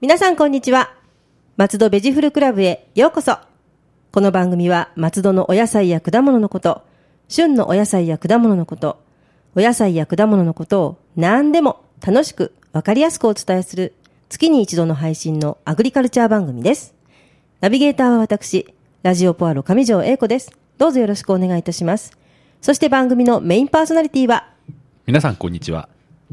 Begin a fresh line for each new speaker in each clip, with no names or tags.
皆さんこんにちは。松戸ベジフルクラブへようこそ。この番組は松戸のお野菜や果物のこと、旬のお野菜や果物のこと、お野菜や果物のことを何でも楽しくわかりやすくお伝えする月に一度の配信のアグリカルチャー番組です。ナビゲーターは私、ラジオポアロ上条英子です。どうぞよろしくお願いいたします。そして番組のメインパーソナリティは、
皆さんこんにちは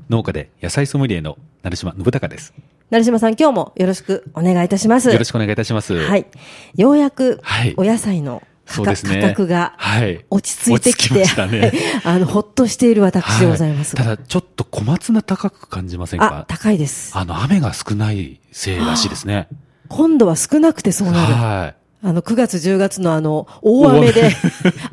農家で野菜ソムリエの成島信孝です
成島さん今日もよろしくお願いいたします。
よろしくお願いいたします
はい。ようやく
はい、
お野菜の価
そうです
格
ね
価格が
はい
落ち着いてきて、
落ち着きましたね
あの、ほっとしている私でございます。
はただちょっと小松菜高く感じません
あ
か、
高いです。
あの雨が少ないせいらしいですね
今度は少なくてそうなる。
はい
あの、9月、10月のあの、大雨で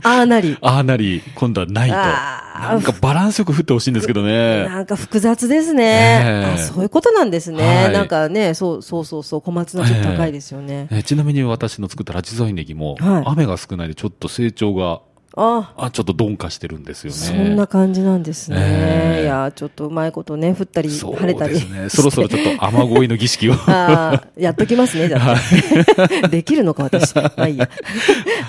大、
ああな り、
ああなり今度はないと
あー
なんかバランスよく降ってほしいんですけどね
なんか複雑ですね。
ええ
あそういうことなんですね。
はい
なんかね、そうそうそうそう、小松菜ちょっと高いですよね。
えちなみに私の作ったラジザイネギも、
はい
雨が少ないでちょっと成長が
あ
あちょっと鈍化してるんですよね
そんな感じなんですね。
ええ
いや、ちょっとうまいことね、降ったり、
そう
晴れたり
で
し
す
て。
ね そろそろちょっと雨乞いの儀 式を
ああ、やっときますね、じゃあ。 できるのか、私。まあいい や。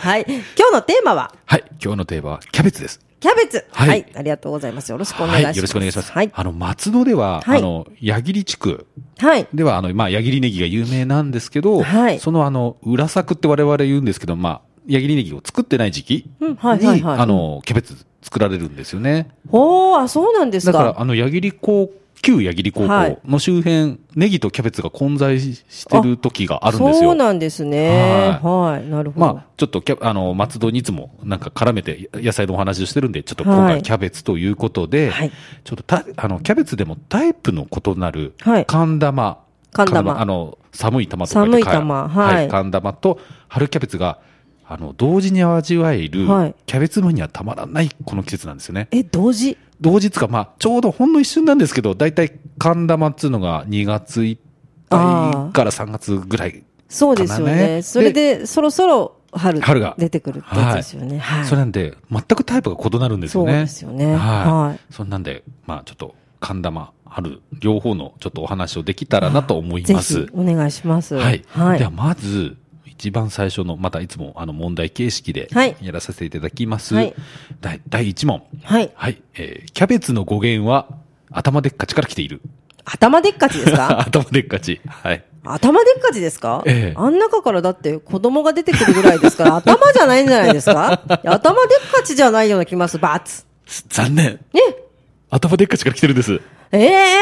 はい。今日のテーマは、
はい今日のテーマはキャベツです
キャベツ、は。
はいい
ありがとうございます。よろしくお願
はいい、
します。
よろしくお願いします。
はい。
あの、松戸では、
はい
あの、矢切地区
はい。
では、あの、まあ、矢切ネギが有名なんですけど、
はい
その、あの、裏作って我々言うんですけど、まあ、矢切ネギを作ってない時期に、
うんはいはいはい
あの、キャベツ作られるんですよね。
おー、あ、そうなんです
だ
か。
から、あの、矢切高旧矢切高
はい
校の周辺、ネギとキャベツが混在してる時があるんです
そう
よ。
なんですね。はい。なるほど。
まあ、ちょっとキャ、あの、松戸にいつもなんか絡めて野菜のお話をしてるんで、ちょっと今
はい
回キャベツということで、
はい
ちょっとた、あの、キャベツでもタイプの異なる
はい、
寒玉。
寒玉
あの、寒い玉と書いて
寒い玉
か
はい
寒玉と春キャベツが、あの、同時に味わえる
はい、
キャベツムにはたまらないこの季節なんですよね。
え、同時
同日か、まあ、ちょうどほんの一瞬なんですけど、だいたい寒玉っつうのが2月いっぱいから3月ぐらい
そうですよ
かな
ね。
ね
それで、そろそろ春、
春が
出てくるってやつですよね。はい。
それなんで、全くタイプが異なるんですよね。
そうですよね
はい。
はい
そんなんで、まあちょっと、神田間、春、両方のちょっとお話をできたらなと思い
ぜ
ま
ひ
す、。
お願いします。
はい。
はい
では、。まず、一番最初の、またいつもあの問題形式で
はい
やらさせていただきます。
はい
第第1問。
はい。
はい。えーキャベツの語源は、頭でっかちから来ている。
頭でっかちです か
頭でっかち。はい。
頭でっかちですか、
ええ
あん中からだって子供が出てくるぐらいですから、頭じゃないんじゃないですかいや頭でっかちじゃないような気ます。バツ。
残念。
ね。
頭でっかちから来てるんです。
え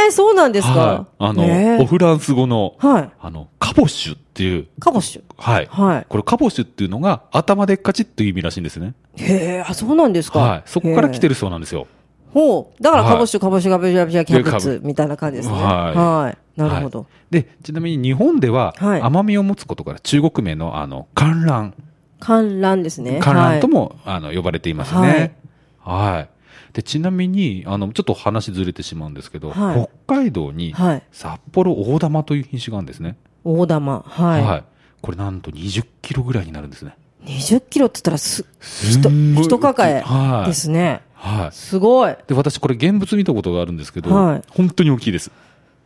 えそうなんですか、
はい。あの、
ね
おフランス語の、
はい。
あの、カボッシュっていう、
カボシュ。
はい。
はい
これ、カボシュっていうのが、頭でっかちっていう意味らしいんですね。
へえ、あ、そうなんですか
はい。そこから来て
る。
るそうなんですよ。
ほう。だから
はい
カボシュ、カボシュ、カボシュ、カボシュ、キャベ
で
ツ、みたいな感じですね。
はい
はい。なるほど
はい。で、ちなみに日本では、
はい
甘みを持つことから中国名の、あの、観覧。
観覧ですね。
観覧と
はい
も、あの、呼ばれていますね。はい。で、ちなみに、あの、ちょっと話ずれてしまうんですけど、
はい
北海道に、
はい
札幌大玉という品種があるんですね。
大玉。はい。
これなんと20キロぐらいになるんですね。
20キロって言ったらす、
す
ひと、
んごい
ひと抱
は
え
い
ですね。
はい。
すごい。
で、私これ現物見たことがあるんですけど、
はい
本当に大きいです。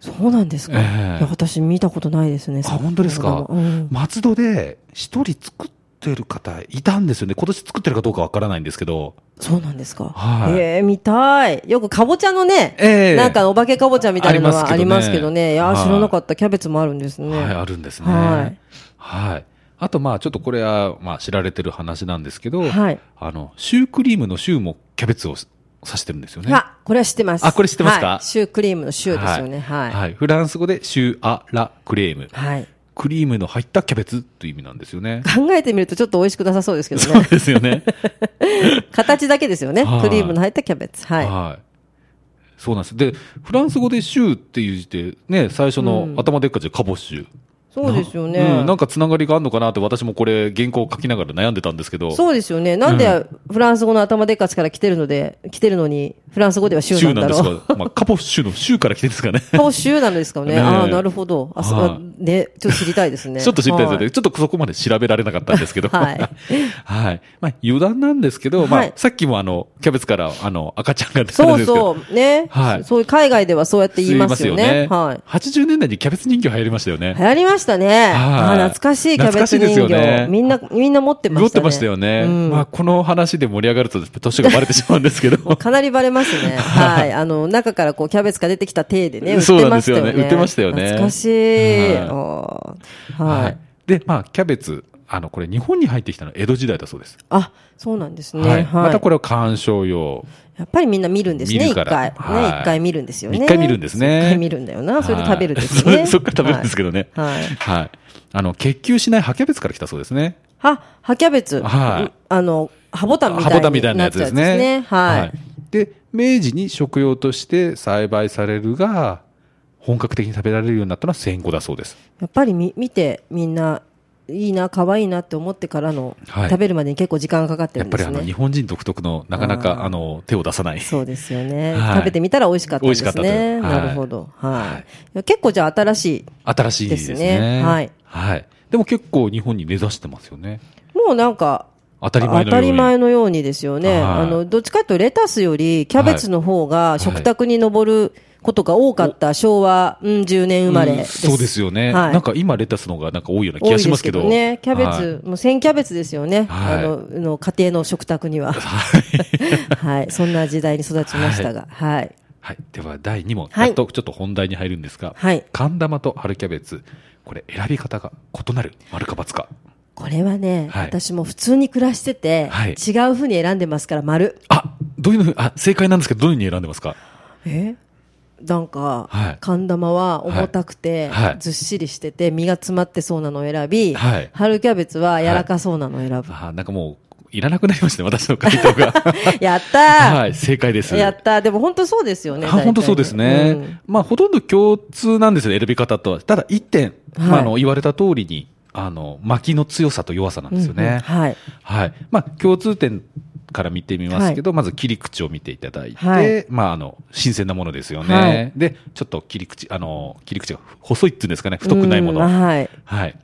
そうなんですか。
ええ
いや私見たことないですね。
あ、本当ですか。
うん
松戸で一人作ってる方いたんですよね。今年作ってるかどうかわからないんですけど。
そうなんですか。
はい
ええ見たい。よくかぼちゃのね、
ええ
なんかお化けかぼちゃみたいなのはあ
あ
り
り
ま
ますす
け
け
ど
ど
ね。
ね
いや
はい
ー、知らなかった。キャベツもあるんですね。
はい、あるんですね。
はい
はいあと、まあ、ちょっとこれは、まあ、知られてる話なんですけど、
はい
あの、シュークリームのシューもキャベツを指してるんですよね。
あ、これは知ってます。
あこれ知ってますか
はいシュークリームのシューですよね。はい。はい。。
はい。フランス語で、シューアラクレーム。クリームの入ったキャベツという意味なんですよね
考えてみるとちょっと美味しくなさそうですけど
そう
ね。
ですよね。
形だけですよね
は。い
クリームの入ったキャベツ。はい。
そうなんです。で、フランス語でシューっていう字で、ね、最初の頭でっかちでカボッシュ。
そうですよね。
うん、なんかつながりがあるのかなって、私もこれ、原稿を書きながら悩んでたんですけど、
そうですよね。なんでフランス語の頭でっかちから来てるので、来てるのに、フランス語では州な
州
ん
なん
だろ
です
う。
か、まあ、カポフ州の州から来てるんですかね。
もう州なのですかね。
ねえ
ああ、なるほど。あ、そ
は
あ
い
ね、ちょっと知りたいですね。
ちょっと知りたいですよ
は
ね。ちょっとそこまで調べられなかったんですけど。
はい
はい。まあ、余談なんですけど、ま
は
あ
い、
さっきもあの、キャベツから、あの、赤ちゃんが出たん
そ
で
う
すけど。
そう。ね。
はい
そういう海外ではそうやって言いますよね。はい。
80年代にキャベツ人形流行りましたよね
流。行りましたね。あ
はい
ー懐かしいキャベツ
懐かしい
人
ですよ
形。
ね
みんな、みんな持ってま
持っ
したね。
てましたよね。
うん
まあ、この話で盛り上がると、年がバレてしまうんですけど。
かなりバレますね。はい。あの、中からこう、キャベツが出てきた体でね、売っ
そう
て
なん
ま
で
し
す
た
よ
よ
ね
ね。
売ってましたよね
懐かしい。
はい
おー はい。。
で、まあ、キャベツ、あの、これ、日本に入ってきたのは江戸時代だそうです。
あ、そうなんですね。
は。
はいい。
またこれを鑑賞用。
やっぱりみんな見るんですね、
見
一
るから
回。ね、
はい
一回見るんですよね。
一回見るんですね
一回見るんだよな。それで食べるんですよ
は
ね。
い そっから食べるんですけどね。
はいはい
はい。あの、結球しない葉キャベツから来たそうですね。
は、葉キャベツ。
はい
うんあの、葉ボタンみたい
ハ
に
ボタンみたいなやつです
なっちゃう
ね
や。つはい。
で、明治に食用として栽培されるが、本格的に食べられるようになったのは戦後だそうです。
やっぱりみ見てみんな、いいな、可愛いなって思ってからの、
はい
食べるまでに結構時間がかかって
や
る
っ
ん
ぱ
で
り
す
あ
ね。
の、日本人独特の、なかな
あー
か、あの、手を出さない。
そうですよね、
はい
食べてみたら美味しかったんです
美味しかったと
ね。
は
な
い
るほど。はい。結構じゃあ新しい。
新しいですね。
ですねはい
はい。でも結構日本に根ざしてますよね。
もうなんか、
当たり前のように。
当たり前のようにですよね。
はい
あの、どっちかというとレタスよりキャベツの方が
い
食卓に上ることが多かった昭和、うん、10年生まれ
う
で
ん
す。
そうですよね。
はい
なんか今レタスの方がなんか多いような
多
気
い
が
で
しますけど。
ね。キャベ
はい
ツ、もう千キャベツですよね。
はい
あの、の家庭の食卓には。 はい。そんな時代に育ちましたが。はい。
はい。では、第2問。
はい
やっとちょっと本題に入るんですが、
はい
寒玉と春キャベツ、これ選び方が異なる。丸か×か。
これはね、
はい
私も普通に暮らしてて、
はい
違う風に選んでますから、丸。
あ、どういうの、あ、正解なんですけど、どういうふうに選んでますか
えなんか、
はい
寒玉は重たくて、
はいはい
ずっしりしてて、身が詰まってそうなのを選び、
はい
春キャベツは柔らかそうなのを選ぶ。
あ、なんかもう、いらなくなりましたね、私の回答 が。
やったー、
はい、正解です。
やったーでも本当そうですよね。
あ
大体ね
本当そうですね、
うん
まあ、ほとんど共通なんですよね、選び方とは。ただ、一点、
はい
まあ、あの、言われた通りに、あの、巻きの強さと弱さなんですよね。
うんうんはい。
はい。まあ、共通点から見てみますけど、まず切り口を見ていただいて、
はい
まあ、あの、新鮮なものですよね。
はい
で、ちょっと切り口、あの、切り口が細いっていうんですかね、太くないもの。
うんはい。
はい。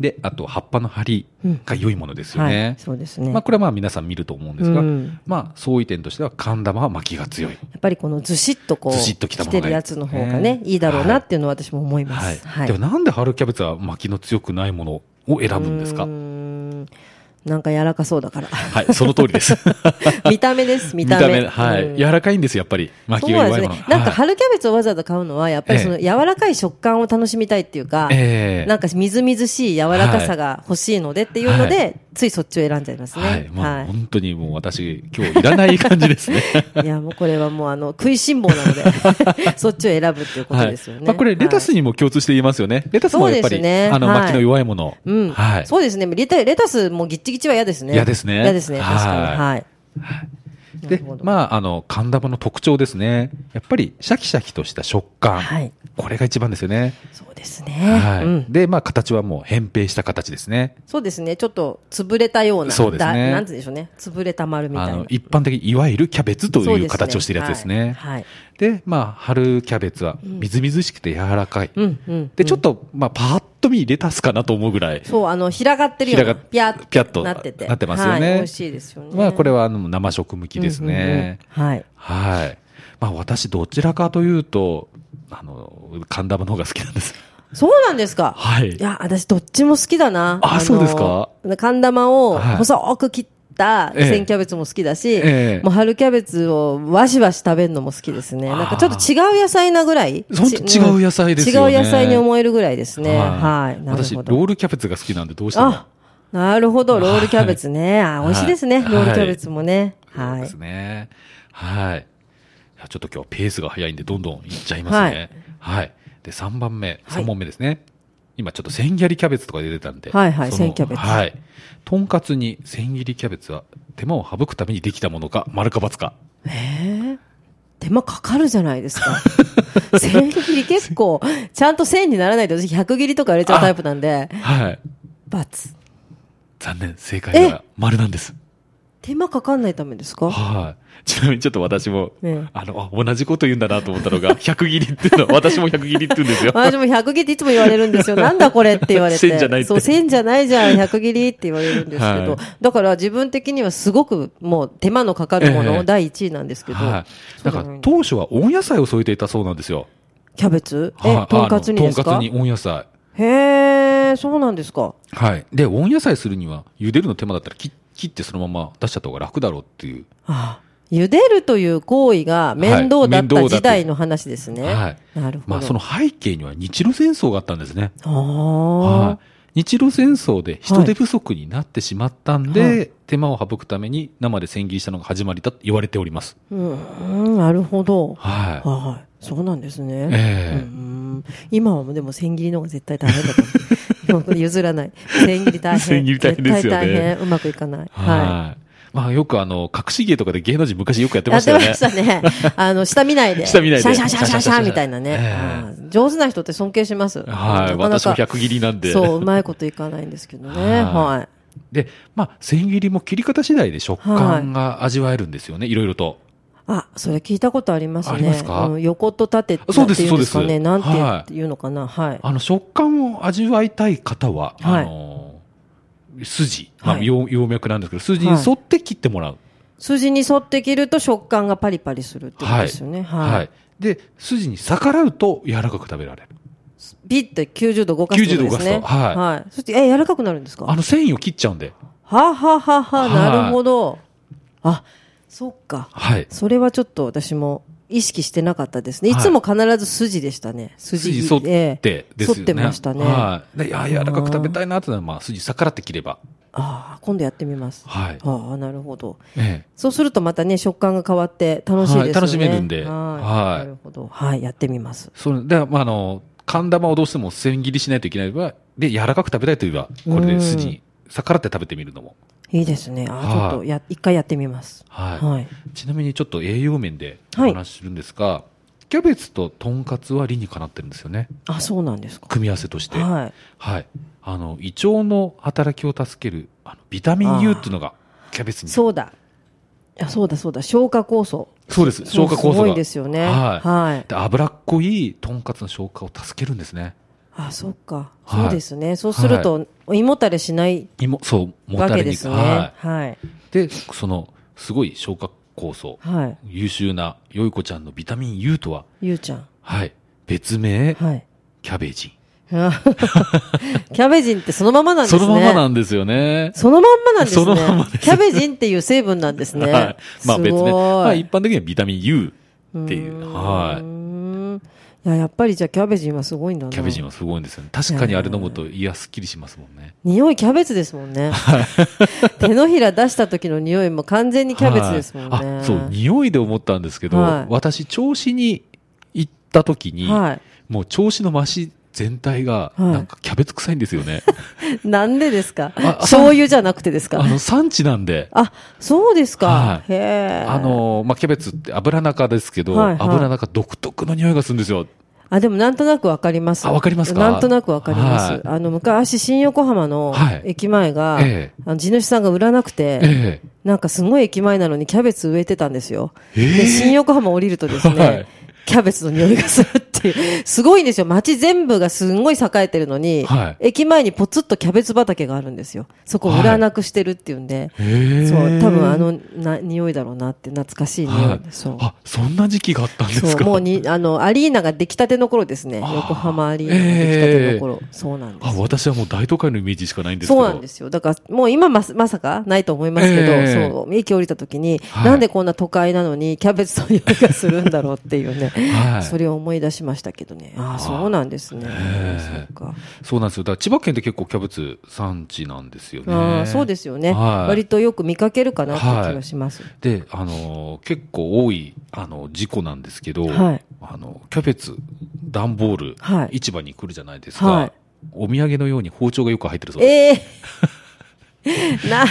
で、あと、葉っぱの張りが良いものですよ
はい
ね。。
そうですね。
まあ、これはまあ、皆さん見ると思うんですが、
うん
まあ、相違点としては、寒玉は巻きが強い。
やっぱりこのずしっとこう、
ずしっときたものが
てるやつの方がね、いいだろうなっていうのは私も思いま
はい
す。。はい。
でも、なんで春キャベツは巻きの強くないものを選ぶんですか
うーんなんか柔らかそうだから。
はい、その通りです。
見た目です、 見た目。
はい、
うん
柔らかいんですよ、やっぱり。巻
そう
きが
なん
弱
で
い
す
もの。
ね。なんか
はい
春キャベツをわざわざ買うのは、やっぱりその
え
柔らかい食感を楽しみたいっていうか、
ええ
なんかみずみずしい柔らかさが欲しいのでっていうので、
は
ついそっちを選んじゃいますね。
は。
はいい。
まあ、本当にもう私、今日いらない感 じですね。
い、や、もうこれはもうあの、食いしん坊なので、 そっちを選ぶっていうこと
は
で
い
すよね。。
まあ、これ、レタスにも共通して言いますよね。レタスもやっぱ
そうです
り、
ね
あの、
はい
巻きの弱いもの。
うん、
はい。
そうですね。レタレタスもぎっちぎちは嫌ですね。
嫌ですね
嫌ですね。
はい
確かに。はい。
で、まあ、あの、寒玉の特徴ですね。やっぱり、シャキシャキとした食感。
はい
これが一番ですよね。
そうですね。
はい。
うん。
で、まあ、形はもう扁平した形ですね。
そうですね。ちょっと潰れたような。
そうです
だ
ね
なんて言うんでしょうね。潰れた丸みたい
あ
な。
の、一般的にいわゆるキャベツと
そうです
いう
ね
形をしているやつですね。
はいはい
で、まあ、春キャベツは、みずみずしくて柔らかい。
うんうん。
で、ちょっと、まあ、パッと見レタスかなと思うぐらい。
そう、あの、平がってるよう
平
な。
が
ピャッ
ピャッと
なってて。
なってますよね
はい美味しいですよね。
まあ、これ
は
はあの生食向きですね。
はい。
はい。まあ、私、どちらかというと、あの、神田の方が好きなんです。
そうなんですか。
はい
いや、私どっちも好きだな。
あ
の
そうですか。
寒玉を
はい
細く切った
ええ
千キャベツも好きだし、
ええ
もう春キャベツをわしわし食べるのも好きですね。なんかちょっと違う野菜なぐらい。
ほんと
ち
違う野菜ですよね
違う野菜に思えるぐらいですね。はい。なる
私、ロ
ほど。
ールキャベツが好きなんで、どうしても。
あ、なるほど。ロールキャベツね。あ、美味しいですね。
はい
ロールキャベツもね。
そう
は
です
い。
ね。はい。いやちょっと今日はペースが早いんで、どんどんいっちゃいますね。はい。で、3番目、
はい
3問目ですね。今ちょっと千切りキャベツとか出てたんで。
はいはい
その
千切りキャベツ
はい。とんかつに千切りキャベツは手間を省くためにできたものか、丸か×か。
えー手手間かかるじゃないですか。 千切り結構、ちゃんと千にならないと私100切りとかやれちゃうタイプなんで、
はい。
×。
残念、正解は丸なんです。
手間かかんないためですか
はい。ちなみにちょっと私も、
ええ
あの、あ同じこと言うんだなと思ったのが、100切り っていうのは、私も100切りって言うんで すよ。
私も100切りっていつも言われるんですよ。なんだこれって言われて。
千じゃないって
そう、千じゃないじゃん、100切りって言われるんですけど。
はい
だから自分的にはすごくもう手間のかかるも
え
の
え
第1位なんですけど。
はい。
そ
な
うじゃい
んか、当初は温野菜を添えていたそうなんですよ。
キャベツ
は
え
い、
とんかつにですか
あのとんかつに温野菜。
へえ、そうなんですか。
はい。で、温野菜するには、茹でるの手間だったら切、切ってそのまま出しちゃった方が楽だろうっていう。
あ茹でるという行為が面倒だっ
はい面倒だ
た
って
時代の話ですね。
はい
なるほど。
まあ、その背景には日露戦争があったんですね。
ああ、
はい。日露戦争で人手不足になってしまったんで、
はい
手間を省くために生で千切りしたのが始まりだと言われております。
うん、なるほど。
はい。
はい。そうなんですね。
え
う
え
ん今はもうでも千切りの方が絶対大変だ と思う。今譲らない。千切り大変。
千切り大変ですよ
絶対
ね
大変。うまくいかない。は
はい。まあよくあの、隠し芸とかで芸能人昔よくやっ
い。
て
や
ま
っ
した
て
よ
ま
ね。
したね。あの、下見ないで。
下見ないで
シャンシャンシャンシャンシャンみたいなね。
ええ
あー上手な人って尊敬します。
はい。
なかな
私
か
も100切りなんで。
そう、うまいこといかないんですけどね。
は
はい。
で、まあ、千切りも切り方次第で食感が味わえるんですよね。いろいろと。
あ、それ聞いたことありますね。
ありますか
うん横と縦って
そうで
なんて
す
言うんですか
そうで
ね。
す
なんて
は
言うのかな。はい。
あの、食感を味わいたい方は、
はい
あのー筋、まあ、
はい
葉葉脈なんですけど、筋に沿って切ってもらう。
筋に沿って切ると食感がパリパリするってことですよね。
はい。
はい。
で、筋に逆らうと柔らかく食べられる。
ビッて90度動かすってことですね。
90度動かすと
はい。そして、え、柔らかくなるんですか
あ
は
の、繊維を切っちゃうんで。
あはあはあはあ
はい
なるほど。あ、そっか。
はい。
それはちょっと私も意識してなかったですね。い
はい
つも必ず筋でしたね。筋
筋沿っ
ええ
てですよね。
沿ってましたね。あ
はい。で、あー柔らかく食べたいなってのは、まあ、筋逆らって切れば。
あ、今度やってみます。
はい。
ああ、なるほど。
ええ。
そうするとまたね、食感が変わって楽しいですよね。
はい楽しめるんで
は
はい
い。なるほど。はい、やってみます。
それで、まあ、あの、寒玉をどうしても千切りしないといけない場合で、柔らかく食べたいといえば、
う
これ
ん
で筋に逆らって食べてみるのも。
いいですね。ああ、
はい
ちょっとや、一回やってみます。
はい。
はい。
ちなみにちょっと栄養面でお
はい
話しするんですが、キャベツととんかつは理にかなってるんですよね。
あ、そうなんですか。
組み合わせとして。はい。
はい。
あの、胃腸の働きを助ける、あのビタミン U っていうのが、キャベツに。
そうだ。いや、そうだ、そうだ。消化酵素。
そうです。消化酵素が。
すごいですよね。
はい。
はい。
で脂っこいとんかつの消化を助けるんですね。
あ、そっか。
はい
そうですね。そうすると、胃もたれしない
胃もそう、も
わ
た
け
れ
で
に
すね。
は
はい。
い。で、その、すごい消化酵素、
はい。
優秀なよい子ちゃんのビタミン U とは、
ゆうちゃん。
はい。別名、
はい。
キャベジ
キャベジンってそのままなん
ン。
ですね。
そのままなんですよね。
そのまんまなんですね。
そのまんまです
キャベジンっていう成分なんですね。
はい。まあ
す
別名。
ごい
まあ一般的にはビタミン U っていうう。
ーん
はい。
いや、やっぱりじゃあキャベジンはすごいんだな。
キャベジンはすごいんですよね。確かにあれ飲むと胃がすっきりしますもんね。
匂いキャベツですもんね。 手のひら出した時の匂いも完全にキャベツですもんね。
はいあ、そう、匂いで思ったんですけど、
はい
私、調子に行った時に、
は
もう調子の増し全体が、
はい
なんかキャベツ臭いんですよね。
い。なんでですか
あ
醤油じ ゃなくてです
あ
か
の、産地なんで、
あ、そうですか
は。
へえ。
あ、の、まあ、キャベツって油中ですけど、
はいはい
油中独特の匂いがするんですよ。
あ、でもなんとなくわかります。
あわかりますか
なんとなくわかりま
はい
す。あの、昔、新横浜の
はい
駅前が、
え
あの地主さんが売らなくて、
え
なんかすごい駅前なのにキャベツ植えてたんですよ。
ええ
で、新横浜降りるとですね、
はい
キャベツの匂いがするっていう、すごいんですよ。街全部がすんごい栄えてるのに、
は
駅前にポツッとキャベツ畑があるんですよ。そこを売らなくしてるっていうんで、
えええ
そう、多分あ、のな匂いだろうなって、懐かしい匂い。
はい。
そう。
あ、そんな時期があったんで
そ
す
う、
か
もうに、あの、アリーナが出来たての頃ですね。
あー
横浜アリーナが出来たての頃。そうなんで
あ、
す。
私はもう大都会のイメージしかないんですけ
そ
ど。
うなんですよ。だから、もう今まさ、まさかないと思いますけど、
ええ
そう、駅降りた時に、
はい
なんでこんな都会なのに、キャベツの匂いがするんだろうっていうね。
はい
それを思い出しましたけどね。ああ、
ー
そうなんですね。
ええ
そうか。
そうなんですよ。だから千葉県って結構キャベツ産地なんですよね。
ああ、そうですよね。
はい
割とよく見かけるかなって気がします。
で、あのー結構多い、あの、事故なんですけど、
はい
あの、キャベツ、段ボール、
はい
市場に来るじゃないですか、
はい
お土産のように包丁がよく入ってるそうです。
ええ な、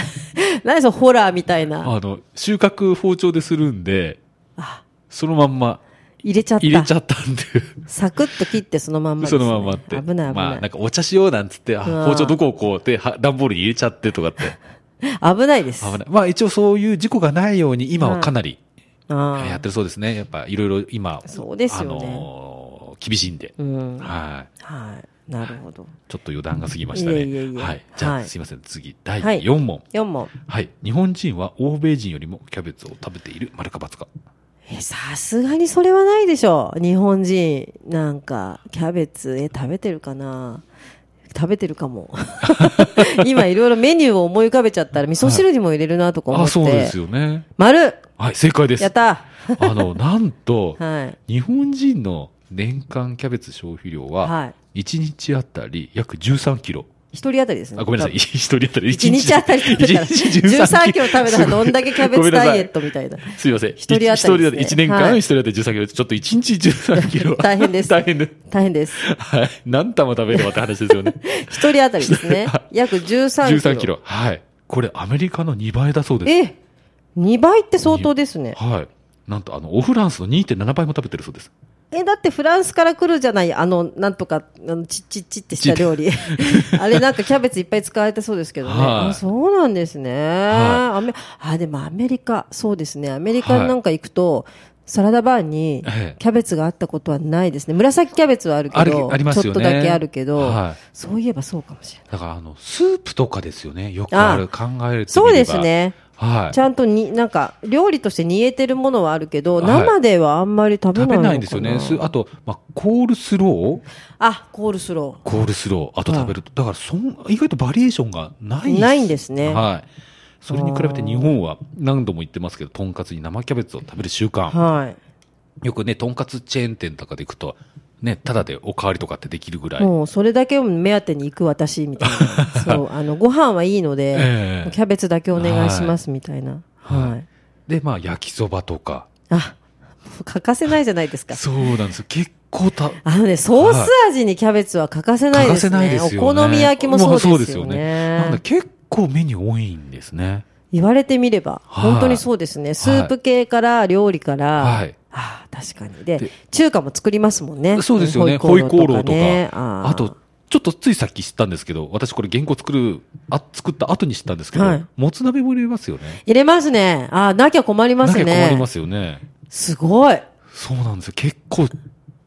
なにそのホラーみたいな。
あの、収穫包丁でするんで、
あ、
そのまんま
入れちゃった。
入れちゃったんで、
サクッと切ってそのまんまです
そ
ね、
のまんまって。
危ない危
まあ、
な
なん
い。
かお茶しようなんつって、あ
うん
包丁どこをこうって、は段ボールに入れちゃってとかって。
危ないです。
危ない。まあ一応そういう事故がないように、今はかなり
あ
やっ
あ。
てるそうですね。やっぱいろいろ今、
そうですよね
あのー厳しいんで。
うん。
はい。
はい。なるほど。
ちょっと余談が過ぎましたね。
いえいえいえ
はい。じゃあ、
はい
すいません。次、第
はい
4問。
4問。
はい。日本人は欧米人よりもキャベツを食べている丸か×か。
え、さすがにそれはないでしょう。日本人、なんか、キャベツ、え、食べてるかな食べてるか も。今いろいろメニューを思い浮かべちゃったら、味噌汁にも入れるなとか思
あ、
って。
そうですよね。
丸
はい、正解です。
やった
あ の、なんと、
はい。
日本人の年間キャベツ消費量は、
はい。
1日あたり約13キロ。
一人当たりですね。
あ、ごめんなさい。一人当たり。
一日当たり食べたら、
一日
13キロ食べたらどんだけキャベツダイエッ
ト。
トみたいな。
すみません。
一人当たりですね
一一年間、
はい
一人当たり13キロ。ちょっと一日13キロは。
大変です
大変です。
大変です。
はい。何玉食べればって話で すよね。
一人当たりです ね。約13キロ。
13キロ。はい。これアメリカの2倍だそうです。
え、2倍って相当ですね。
はい。なんと、あの、オフランスの2.7倍も食べてるそうです。
え、だってフランスから来るじゃない、あの、なんとか、あのチッチッチッってした料理。 あれなんかキャベツいっぱい使われてそうですけどね。
はい
あそうなんですね。
は
アメあ、でもアメリカ、そうですね。アメリカなんか行くと、サラダバーに
ええ
キャベツがあったことはないですね。紫キャベツはあるけ
ある
ど、
ありますよね
ちょっとだけあるけど、
はい
そういえばそうかもしれない。
だから、あの、スープとかですよね。よくある。考える
そうです。ね。
はい。
ちゃんとに、なんか、料理として煮えてるものはあるけど、
はい
生ではあんまり食べ
食
ないのかな。
べないんですよね。すあと、まあ、コールスロー
あ、コールスロー。
コールスロー。あと食べると。だからそん、意外とバリエーションがない
ないんですね
はい。それに比べて日本は何度も言ってますけど、とんかつに生キャベツを食べる習慣。
はい。
よくね、とんかつチェーン店とかで行くと、ね、ただでおかわりとかってできるぐらい。
もうそれだけを目当てに行く私みたい なそうあのご飯はいいので、
ええ
キャベツだけお願いしますみたいな、はい
で、まあ、焼きそばとか。
あもう欠かせないじゃないですか
そうなんですよ。結構た、
あのねソース味にキャベツは欠かせない
欠
で
か
す
せ
ね
ないですよね。
お好み焼きもそうですよ
まあそう
ね,、
なんで結構メニュー多いんですね。
言われてみれば
はい
本当にそうですねスープ系から料理から、
はい
ああ確かにで
で
中華も作りますもんね
そうですよね。ホ
ホ
イ
イ
コ
コ
ー
ー
ロ
ロ
ー
ー
と
とか
か。
ね
あと、ちょっとついさっき知ったんですけど、私これ原稿作る、あ、作った後に知ったんですけど、
はい
もつ鍋も入れますよね。
入れますねああなきゃ困りますね
なきゃ困りますよね。
すごい
そうなんですよ。結構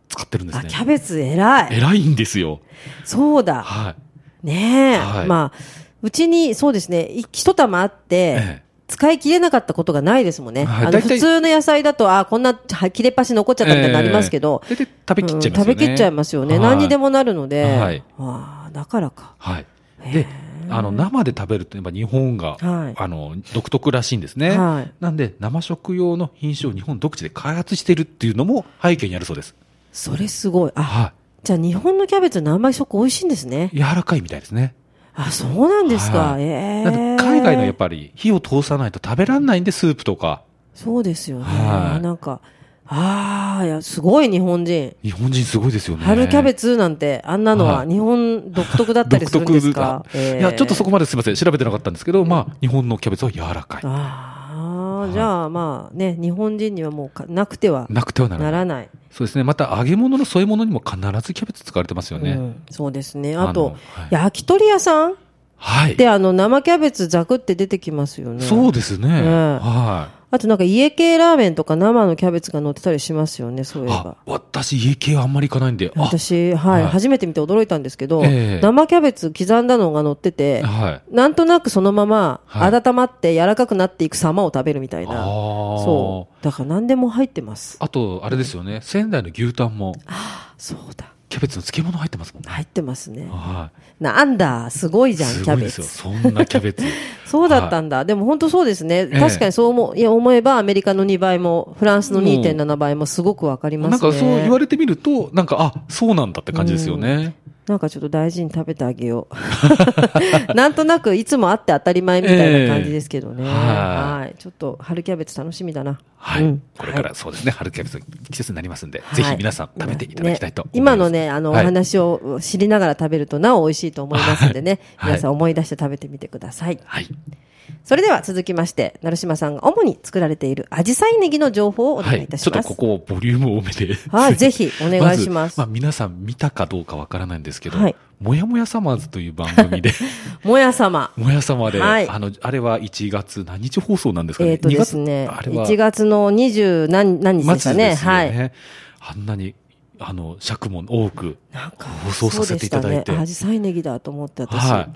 使ってるんです
あ、
ね
キ。ャベツ偉い。
偉いんですよ。
そうだ。
はい。
ねえ。
はい
まあ、うちに、そうですね、い一玉あって、
ええ
使い切れなかったことがないですもんね。
はい
あの
大体
普通の野菜だと、あ、こんなは切れっ端残っちゃったみたいになりますけど、
ええ大体食べきっちゃいますよね。
うん食べきっちゃいますよね。
はい
何にでもなるので、
はい
わあだからか。
はい。で、あの、生で食べると、やっぱ日本が、
はい
あの、独特らしいんですね。
はい
なんで、生食用の品種を日本独自で開発してるっていうのも背景にあるそうです。
それすごい。あ、
は
じゃあ日本のキャベツ何倍食美味しいんですね
い。。柔らかいみたいですね。
あ、そうなんですか。
はい
ええ
なんで海外のやっぱり火を通さないと食べられないんで、スープとか。
そうですよね。
はい
なんか、ああ、いや、すごい日本人。
日本人すごいですよね。
春キャベツなんて、あんなのは
はい
日本独特だったりするんですか、
独特だいや、ちょっとそ
こ。
こまですいません。調べてなかったんですけど、まあ、日本のキャベツは柔らかい。
あ
は
あ、
い
じゃあまあね、日本人にはもうかなくては
なくてはなら
な
な。
いらない。
そうですね。また、揚げ物の添え物にも必ずキャベツ使われてますよね。
うんそうですね。
あの
あと、
はい
焼き鳥屋さん
はい。
であの生キャベツザクって出てきますよね。
そうですね。
え
はい。
あとなんか家系ラーメンとか生のキャベツが乗ってたりしますよね、そういえば
あ。、私、家系はあんまり行かないんで。あ、
私、はい、
はい
初めて見て驚いたんですけど、
ええ
生キャベツ刻んだのが乗ってて、
はい。
なんとなくそのまま、
はい
温まって柔らかくなっていく様を食べるみたい
あ
な。
ー
そう。だから何でも入ってます。
あと、あれですよね。仙台の牛タンも、
そうだ。
キャベツの漬物入ってますもんね。
入ってますね。
はい。
なんだ、すごいじゃん、
す
キャ
ごい
ベ
ですよ。
ツ。
そんなキャ ベツ。
そうだったんだ。でも本当そうですね。
ええ
確かにそう思う、いや、思えばアメリカの2倍も、フランスの2.7倍もすごくわかりますね。
なんかそう言われてみると、なんか、あ、そうなんだって感じですよね。
なんかちょっと大事に食べてあげよう。なんとなくいつもあって当たり前みたいな感じですけどね。
ええはい
はい。ちょっと春キャベツ楽しみだな。
はい、
うん
これからそうですね、春キャベツの季節になりますんで、
はい
ぜひ皆さん食べていただきたいと
ね
思いま
今
す。
のね、あの、お
はい
話を知りながら食べるとなお美味しいと思いますんでね、
はい
皆さん思い出して食べてみてください。
はい。
それでは続きまして、成島さんが主に作られているアジサイネギの情報をお
は
願い
い。
いた
ち
し
ょっ
ま
と
す。
ここをボリューム多めで。
はい、ぜひお願いします。
まずあ、皆さん見たかどうかわからないんですけど、
はい
もやもやサマーズという番 組で、
もや様。
もやさまで、
はい
あの、あれは1月何日放送なんですかね。
えっ、とですね、
2月あれは
1月の20何何日でした
末
ね。
ですよ
は
ね。
い。
あんなに、あの、尺も多く
なんか
放送させていただ
そう
いて、
でしたね、アジサイネギだと思って私、
はい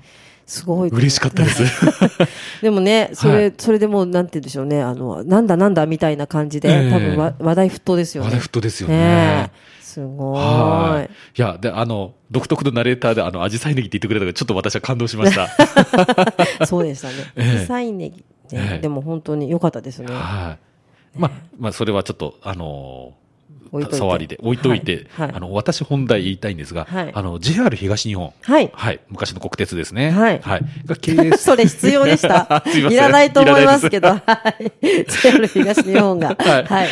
すごいと思て
嬉しかっ たです。
でもね、それ、
はい
それでもう、なんて言うんでしょうね、あの、なんだなんだみたいな感じで、
ええ
多分わ話題沸騰ですよね。
話題沸騰ですよね
ねえすごーい。
い。いや、で、あの、独特のナレーターで、あの、アジサイネギって言ってくれたから、ちょっと私は感動し ました。
そうでしたね。
ええ
アジサイネギ、ね
ええ
でも本当に良かったですね。
はい。まあ、まあ、それはちょっと、あの
置いといて
触りで置いといて、
はいはい
あの、私本題言いたいんですが、
はい
あの、JR 東日本。
はい
昔の国鉄ですね。
はい
が経営 す
それ必要でした
。すいません
らないと思いますけど、はい。JR 東日本が。
はい。
は
はいい。。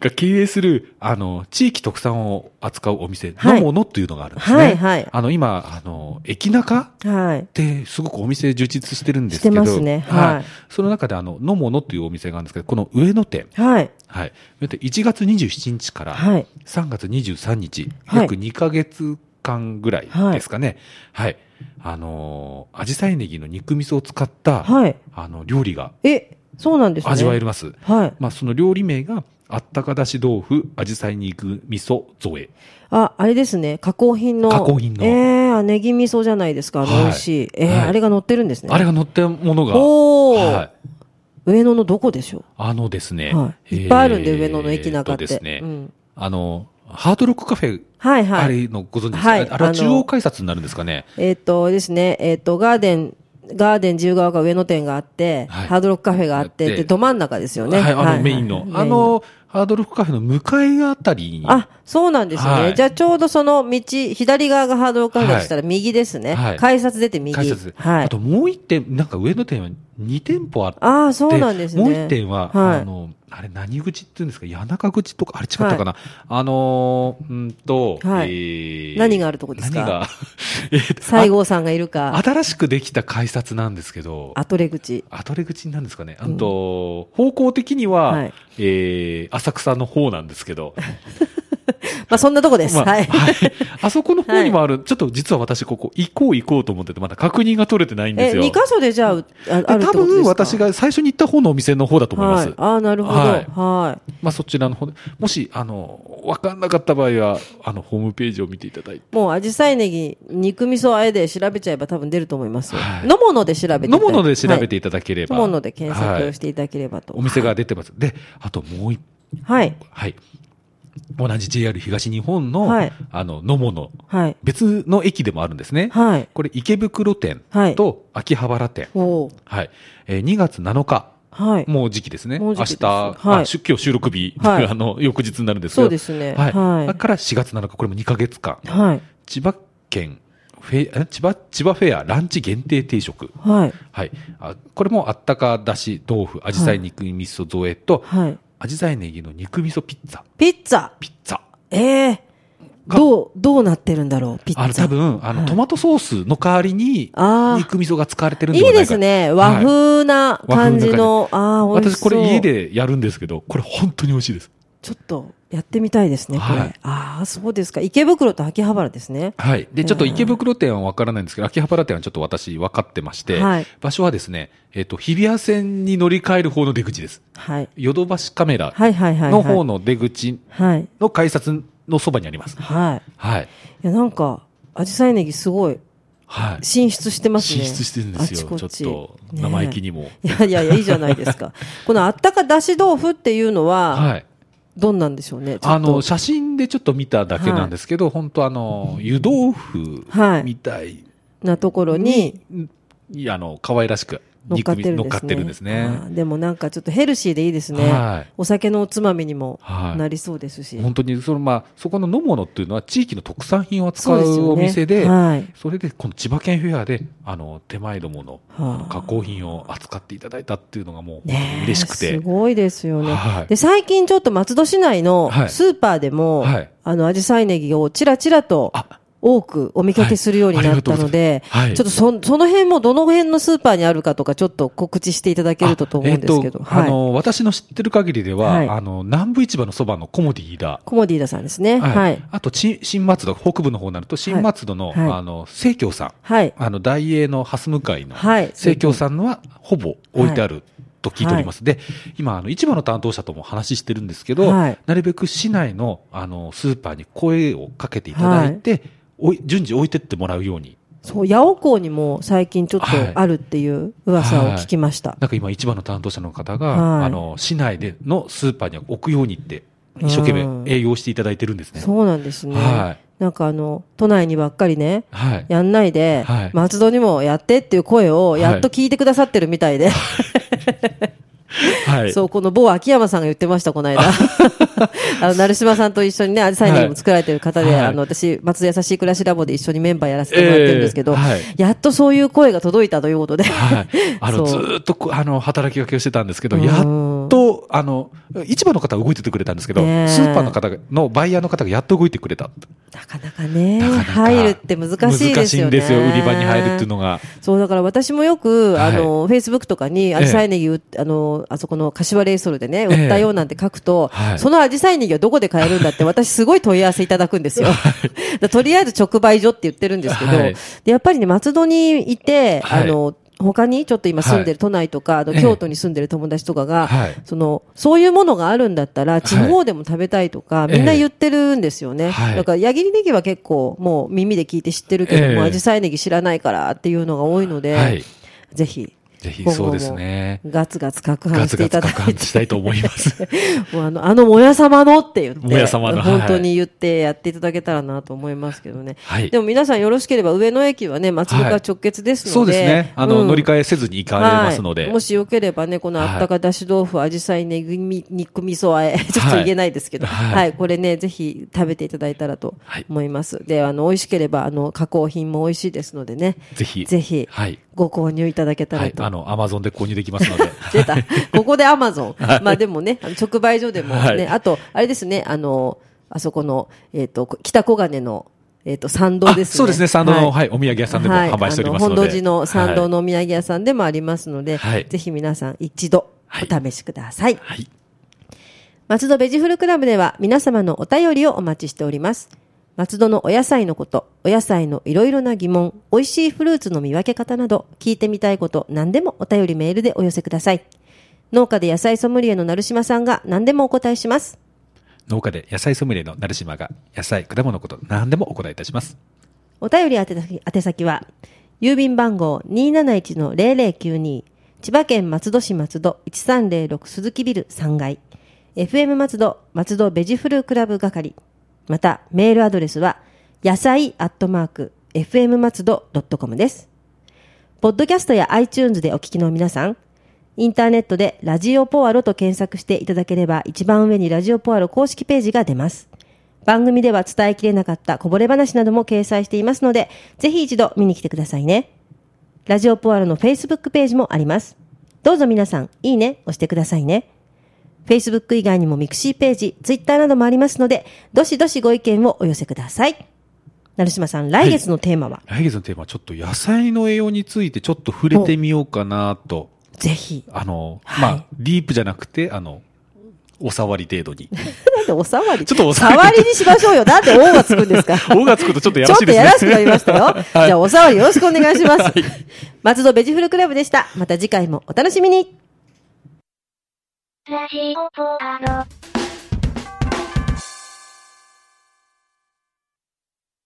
が経営する、あの、地域特産を扱うお店、
はい
のものというのがあるんですね。
はいはい
あの、今、あの、駅中
はい
っ。てすごくお店充実してるんですけ
し
ど。
てますねはい
その中で、あの、のものというお店があるんですけど、この上野店。
はい。
はい。で1月27日から
はい
3月23日、
はい
約2ヶ月間ぐらいですかね。はい。あのー、アジサイネギの肉味噌を使った、
はい
あの、料理が
え、そうなんですね。
味わえます。
はい。
まあ、その料理名が、あったかだし豆腐、アジサイ肉味噌添え。
あ、あれですね。加工品の。
加工品の
ええあネギ味噌じゃないですか。あの
はい
美味しい。ええ
はい
あれが乗ってるんですね。
あれが乗ったものが、
おー
はい。
上野のどこでしょ
あのですね、
う、はい、いっぱいあるんで、上野の駅中って。
えーとですね、
うん、
あの、ハードロックカフェ、
はいはい。
あれのご存知ですか、
はい
あれは
あの
中央改札になるんですかね。
えっ、とですね、えっ、と、ガーデン、ガーデン自由が丘上野店があって、
はい
ハードロックカフェがあって、
やって
で、ど真ん中ですよね。
はい、あのメインの。あ、の、ハードルフカフェの向かいあたりに。
あ、そうなんですね。
はい
じゃあちょうどその道、左側がハードロックカフェだとしたら右ですね。
はい
改札出て右。
改札で。
は
あ
い。
ともう一点、なんか上の店は2店舗あって。
ああ、そうなんですね。
もう一点は、
はい
あの、あれ何口って言うんですか谷中口とか、あれ違ったかな、あのー、うんと、
はい
えー
何があるとこですか
何が、 えーと
西郷さんがいる
あ
か、
新しくできた改札なんですけど、
アトレ口。
アトレ口なんですかね。あと、方向的には、
はい
えー浅草の方なんです けど、
まあそんなとこです。
まあ、
は
はい い。。あそこの方にもある、ちょっと実は私ここ行こう行こうと思ってて、まだ確認が取れてないんで
え、
すよ。
二箇所でじゃあ、ああるってこと
で
ですか
多分私が最初に行った方のお店の方だと思います。
はい、ああ、なるほど。
はい
はい。
まあそちらの方で、もし、あの、わかんなかった場合は、あの、ホームページを見ていただいて。
もう、アジサイネギ、肉味噌あえで調べちゃえば多分出ると思いますよ。
はい
のもので調べていただいて。
飲むので調べて
い
いただければ。
のもので検索
は
を
い
していただければと。
お店が出てます。で、あともう一
はい。
はい。同じ JR 東日本の、
はい
あの、のもの、
はい。
別の駅でもあるんですね。
はい。
これ、池袋店
はい
と秋葉原店。
おー
はい。えー2月7日。
はい。
もう時期ですね。
もう時
明
期です
日、
は
あ
い
出今日収録日、
はい
あの、翌日になるんですけど。
そうですね。
はい。だ
は
から4月7日、これも2ヶ月間。
い。はい。
千葉県、フェえ千葉、千葉フェアランチ限定定食。
はい。
はい。あこれもあったかだし、豆腐、アジサイ肉味噌添えと、
はい。
アジサイネギの肉味噌ピッツァ。
ピッツァ。
ピッツァ。
ええ
が
どう、どうなってるんだろう、ピッツァ。
あの、多分、あの、
はい
トマトソースの代わりに、
あー
肉味噌が使われてるん
い
ではいな
で
いか
すね。
はい
和風な感じの。ああ、美味し
私、
そ
こ
う。
れ家。でやるんですけど、これ本当に美味しいです。
ちょっと、やってみたいですね、これ。
はい
ああ、そうですか。池袋と秋葉原ですね。
はい。で、
ん
ちょっと池袋店は分からないんですけど、秋葉原店はちょっと私分かってまして、
はい
場所はですね、えっ、と、日比谷線に乗り換える方の出口です。
はい。
ヨドバシカメラ
はいはいはい、はい。
の方の出口
はい。
の改札のそばにあります。
はい。
はい。
いや、なんか、アジサイネギすごい
はい。
進出してますね。
進出してるんですよ。
あちこち
ょっと、
ねえ
生意気にも。
いやいやいや、いいじゃないです か。このあったかだし豆腐っていうのは、
はい。
どんなんでしょうね。ちょっと
あの、写真でちょっと見ただけなんですけど、本当あの、湯豆腐
はい
みたい
なところに、
に、あの、可愛らしく
乗っかってるんですね。
乗っかってるんです
あ
ね。
ーでもなんかちょっとヘルシーでいいですね。
はい
お酒のおつまみにも
はい
なりそうですし。
本当に、その、まあ、そこの飲むものっていうのは地域の特産品を扱
そうですよ
う
ね
お店で、
はい
それで、この千葉県フェアで、あの、手前どもの、
はあ
あの加工品を扱っていただいたっていうのがもう、本当
ね
に
え
嬉しくて。
すごいですよね。
はい
で、最近ちょっと松戸市内の
はい
スーパーでも、
はい
あの、アジサイネギをちらちらと、
あ、
多くお見かけするようになったので、
はいありが
ちょ
と
っとそその辺もどの辺のスーパーにあるかとか、ちょっと告知していただけるとと思うんですけど、
あえ
は
っとあ
い。
の、私の知ってる限りでは、
はい
あの、南部市場のそばのコモディだ。
コモディーダさんですね。はい。
あと、ち新松戸、北部の方になると、新松戸の、
はいはい
あの、清京さん。
はい。
あの、大英の蓮向かいの、
はい
清京さんのは、ほぼ置いてあると聞いております。で、今、あの、市場の担当者とも話してるんですけど、
はい
なるべく市内の、あの、スーパーに声をかけていただいて、おい順次置いてってもらうように。
そう、八尾港にも最近ちょっと
はい
あるっていう噂を聞きました。
なんか今、市場の担当者の方が、
はい
あの、市内でのスーパーには置くようにって、一生懸
うん
命営業していただいてるんですね。
そうなんですね。
は
なんかあの、都内にばっかりね、
はい。
やんないで、
はい
松戸にもやってっていう声をやっと聞いてくださってるみたいで、
はい。
そう、この某秋山さんが言ってました、この 間。 あの、成島さんと一緒にね、アジサイネーム作られてる方で、
はい
あの、私、松戸優しい暮らしラボで一緒にメンバーやらせてもらってるんですけど、
えーはい
やっとそういう声が届いたということで。
はい。あの、ず
そう
ーっとこう、あの、働きかけをしてたんですけど、
うん
やっと、あの、市場の方は動いててくれたんですけど、ス
ねえ
ーパーの方がのバイヤーの方がやっと動いてくれた。
なかなかね、
なかなか
入るって難しいですよね。
難しいんですよ、売り場に入るっていうのが。
そう、だから私もよく、
はい
あの、フェイスブックとかに、アジサイネギ売っ、あの、あそこの柏レイソルでね、売ったよなんて書くと、
はい
そのアジサイネギはどこで買えるんだ って、私すごい問い合わせいた だくんですよ。だとりあえず直売所って言ってるんですけど、
はい
でやっぱりね、松戸にいて、
はい
あの、他にちょっと今住んでる都内とか、あの
ええ
京都に住んでる友達とかが、
はい
その、そういうものがあるんだったら、地方でも食べたいとか、
ええ
みんな言ってるんですよね。
はい
だから、矢切ネギは結構、もう耳で聞いて知ってるけども、
ええ
アジサイネギ知らないからっていうのが多いので、
はい。
ぜひ、
ぜひ、
今後も
そうですね。
ガツガツ攪
ガ
拌し
ツ
て
ガ
い
ツ
た
攪
だい
拌
て、
したいと思います。
もうあの、あの、もや様のって言って、
もや様の
本当に言ってやっていただけたらなと思いますけどね。
はい
で。も皆さんよろしければ、上野駅はね、松戸から直結ですので、
そうですね。あの、
うん
乗り換えせずに行かれますの
は
で
い、も。しよければね、このあったかだし豆腐、あじさいねぎみ、肉味噌あえ、 ちょっと言えないですけど、は、
はいい
これね、ぜひ食べていただいたらと
はい
思います。で、あの、美味しければ、あの、加工品も美味しいですのでね、
ぜひ。
ぜひ
はい。
ご購入いただけた
は
ら
い。
と。
あの、アマゾンで購入できますので。
出た。ここでアマゾン。まあでもね、あの直売所でもね、
はい
あと、あれですね、あの、あそこの、えっ、と、北小金の、えっ、と、参道
あ
ですね。
そうですね。参道の、
はい
はい、お土産屋さんでも
はい
販売しております
あ
ので。
本堂寺の参道
の。
のお土産屋さんでもありますので、
はい
ぜひ皆さん一度お試しください。
はい。
松戸ベジフルクラブでは皆様のお便りをお待ちしております。松戸のお野菜のこと、お野菜のいろいろな疑問、美味しいフルーツの見分け方など、聞いてみたいこと、何でもお便りメールでお寄せください。農家で野菜ソムリエの成島さんが何でもお答えします。
農家で野菜ソムリエの成島が野菜、果物のこと何でもお答えいたします。
お便り宛先宛先は、郵便番号271-0092、千葉県松戸市松戸1306鈴木ビル3階、FM 松戸松戸ベジフルクラブ係、またメールアドレスは、野菜アットマーク、FM 松戸 .com です。ポッドキャストや iTunes でお聞きの皆さん、インターネットでラジオポアロと検索していただければ一番上にラジオポアロ公式ページが出ます。番組では伝えきれなかったこぼれ話なども掲載していますので、ぜひ一度見に来てくださいね。ラジオポアロの Facebook ページもあります。どうぞ皆さん、いいね、押してくださいね。Facebook 以外にもミクシーページ、Twitter などもありますので、どしどしご意見をお寄せください。成島さん、来月のテーマは、
来月のテーマはちょっと野菜の栄養についてちょっと触れてみようかなと。
ぜひ。
あの、
はい
まあ、ディープじゃなくて、あの、お触り程度に。
なんでおさわり
ちょっとおさわ
触
り
りにしましょうよ。なんで王がつくんですか
おがつくとちょっとや
ちょ
ら
っ
し
と
いです
や
ね。
らしくなり ましたよ。
はい
じゃあ、おさわりよろしくお願いします。松戸ベジフルクラブでした。また次回もお楽しみに。
ラジオポアド。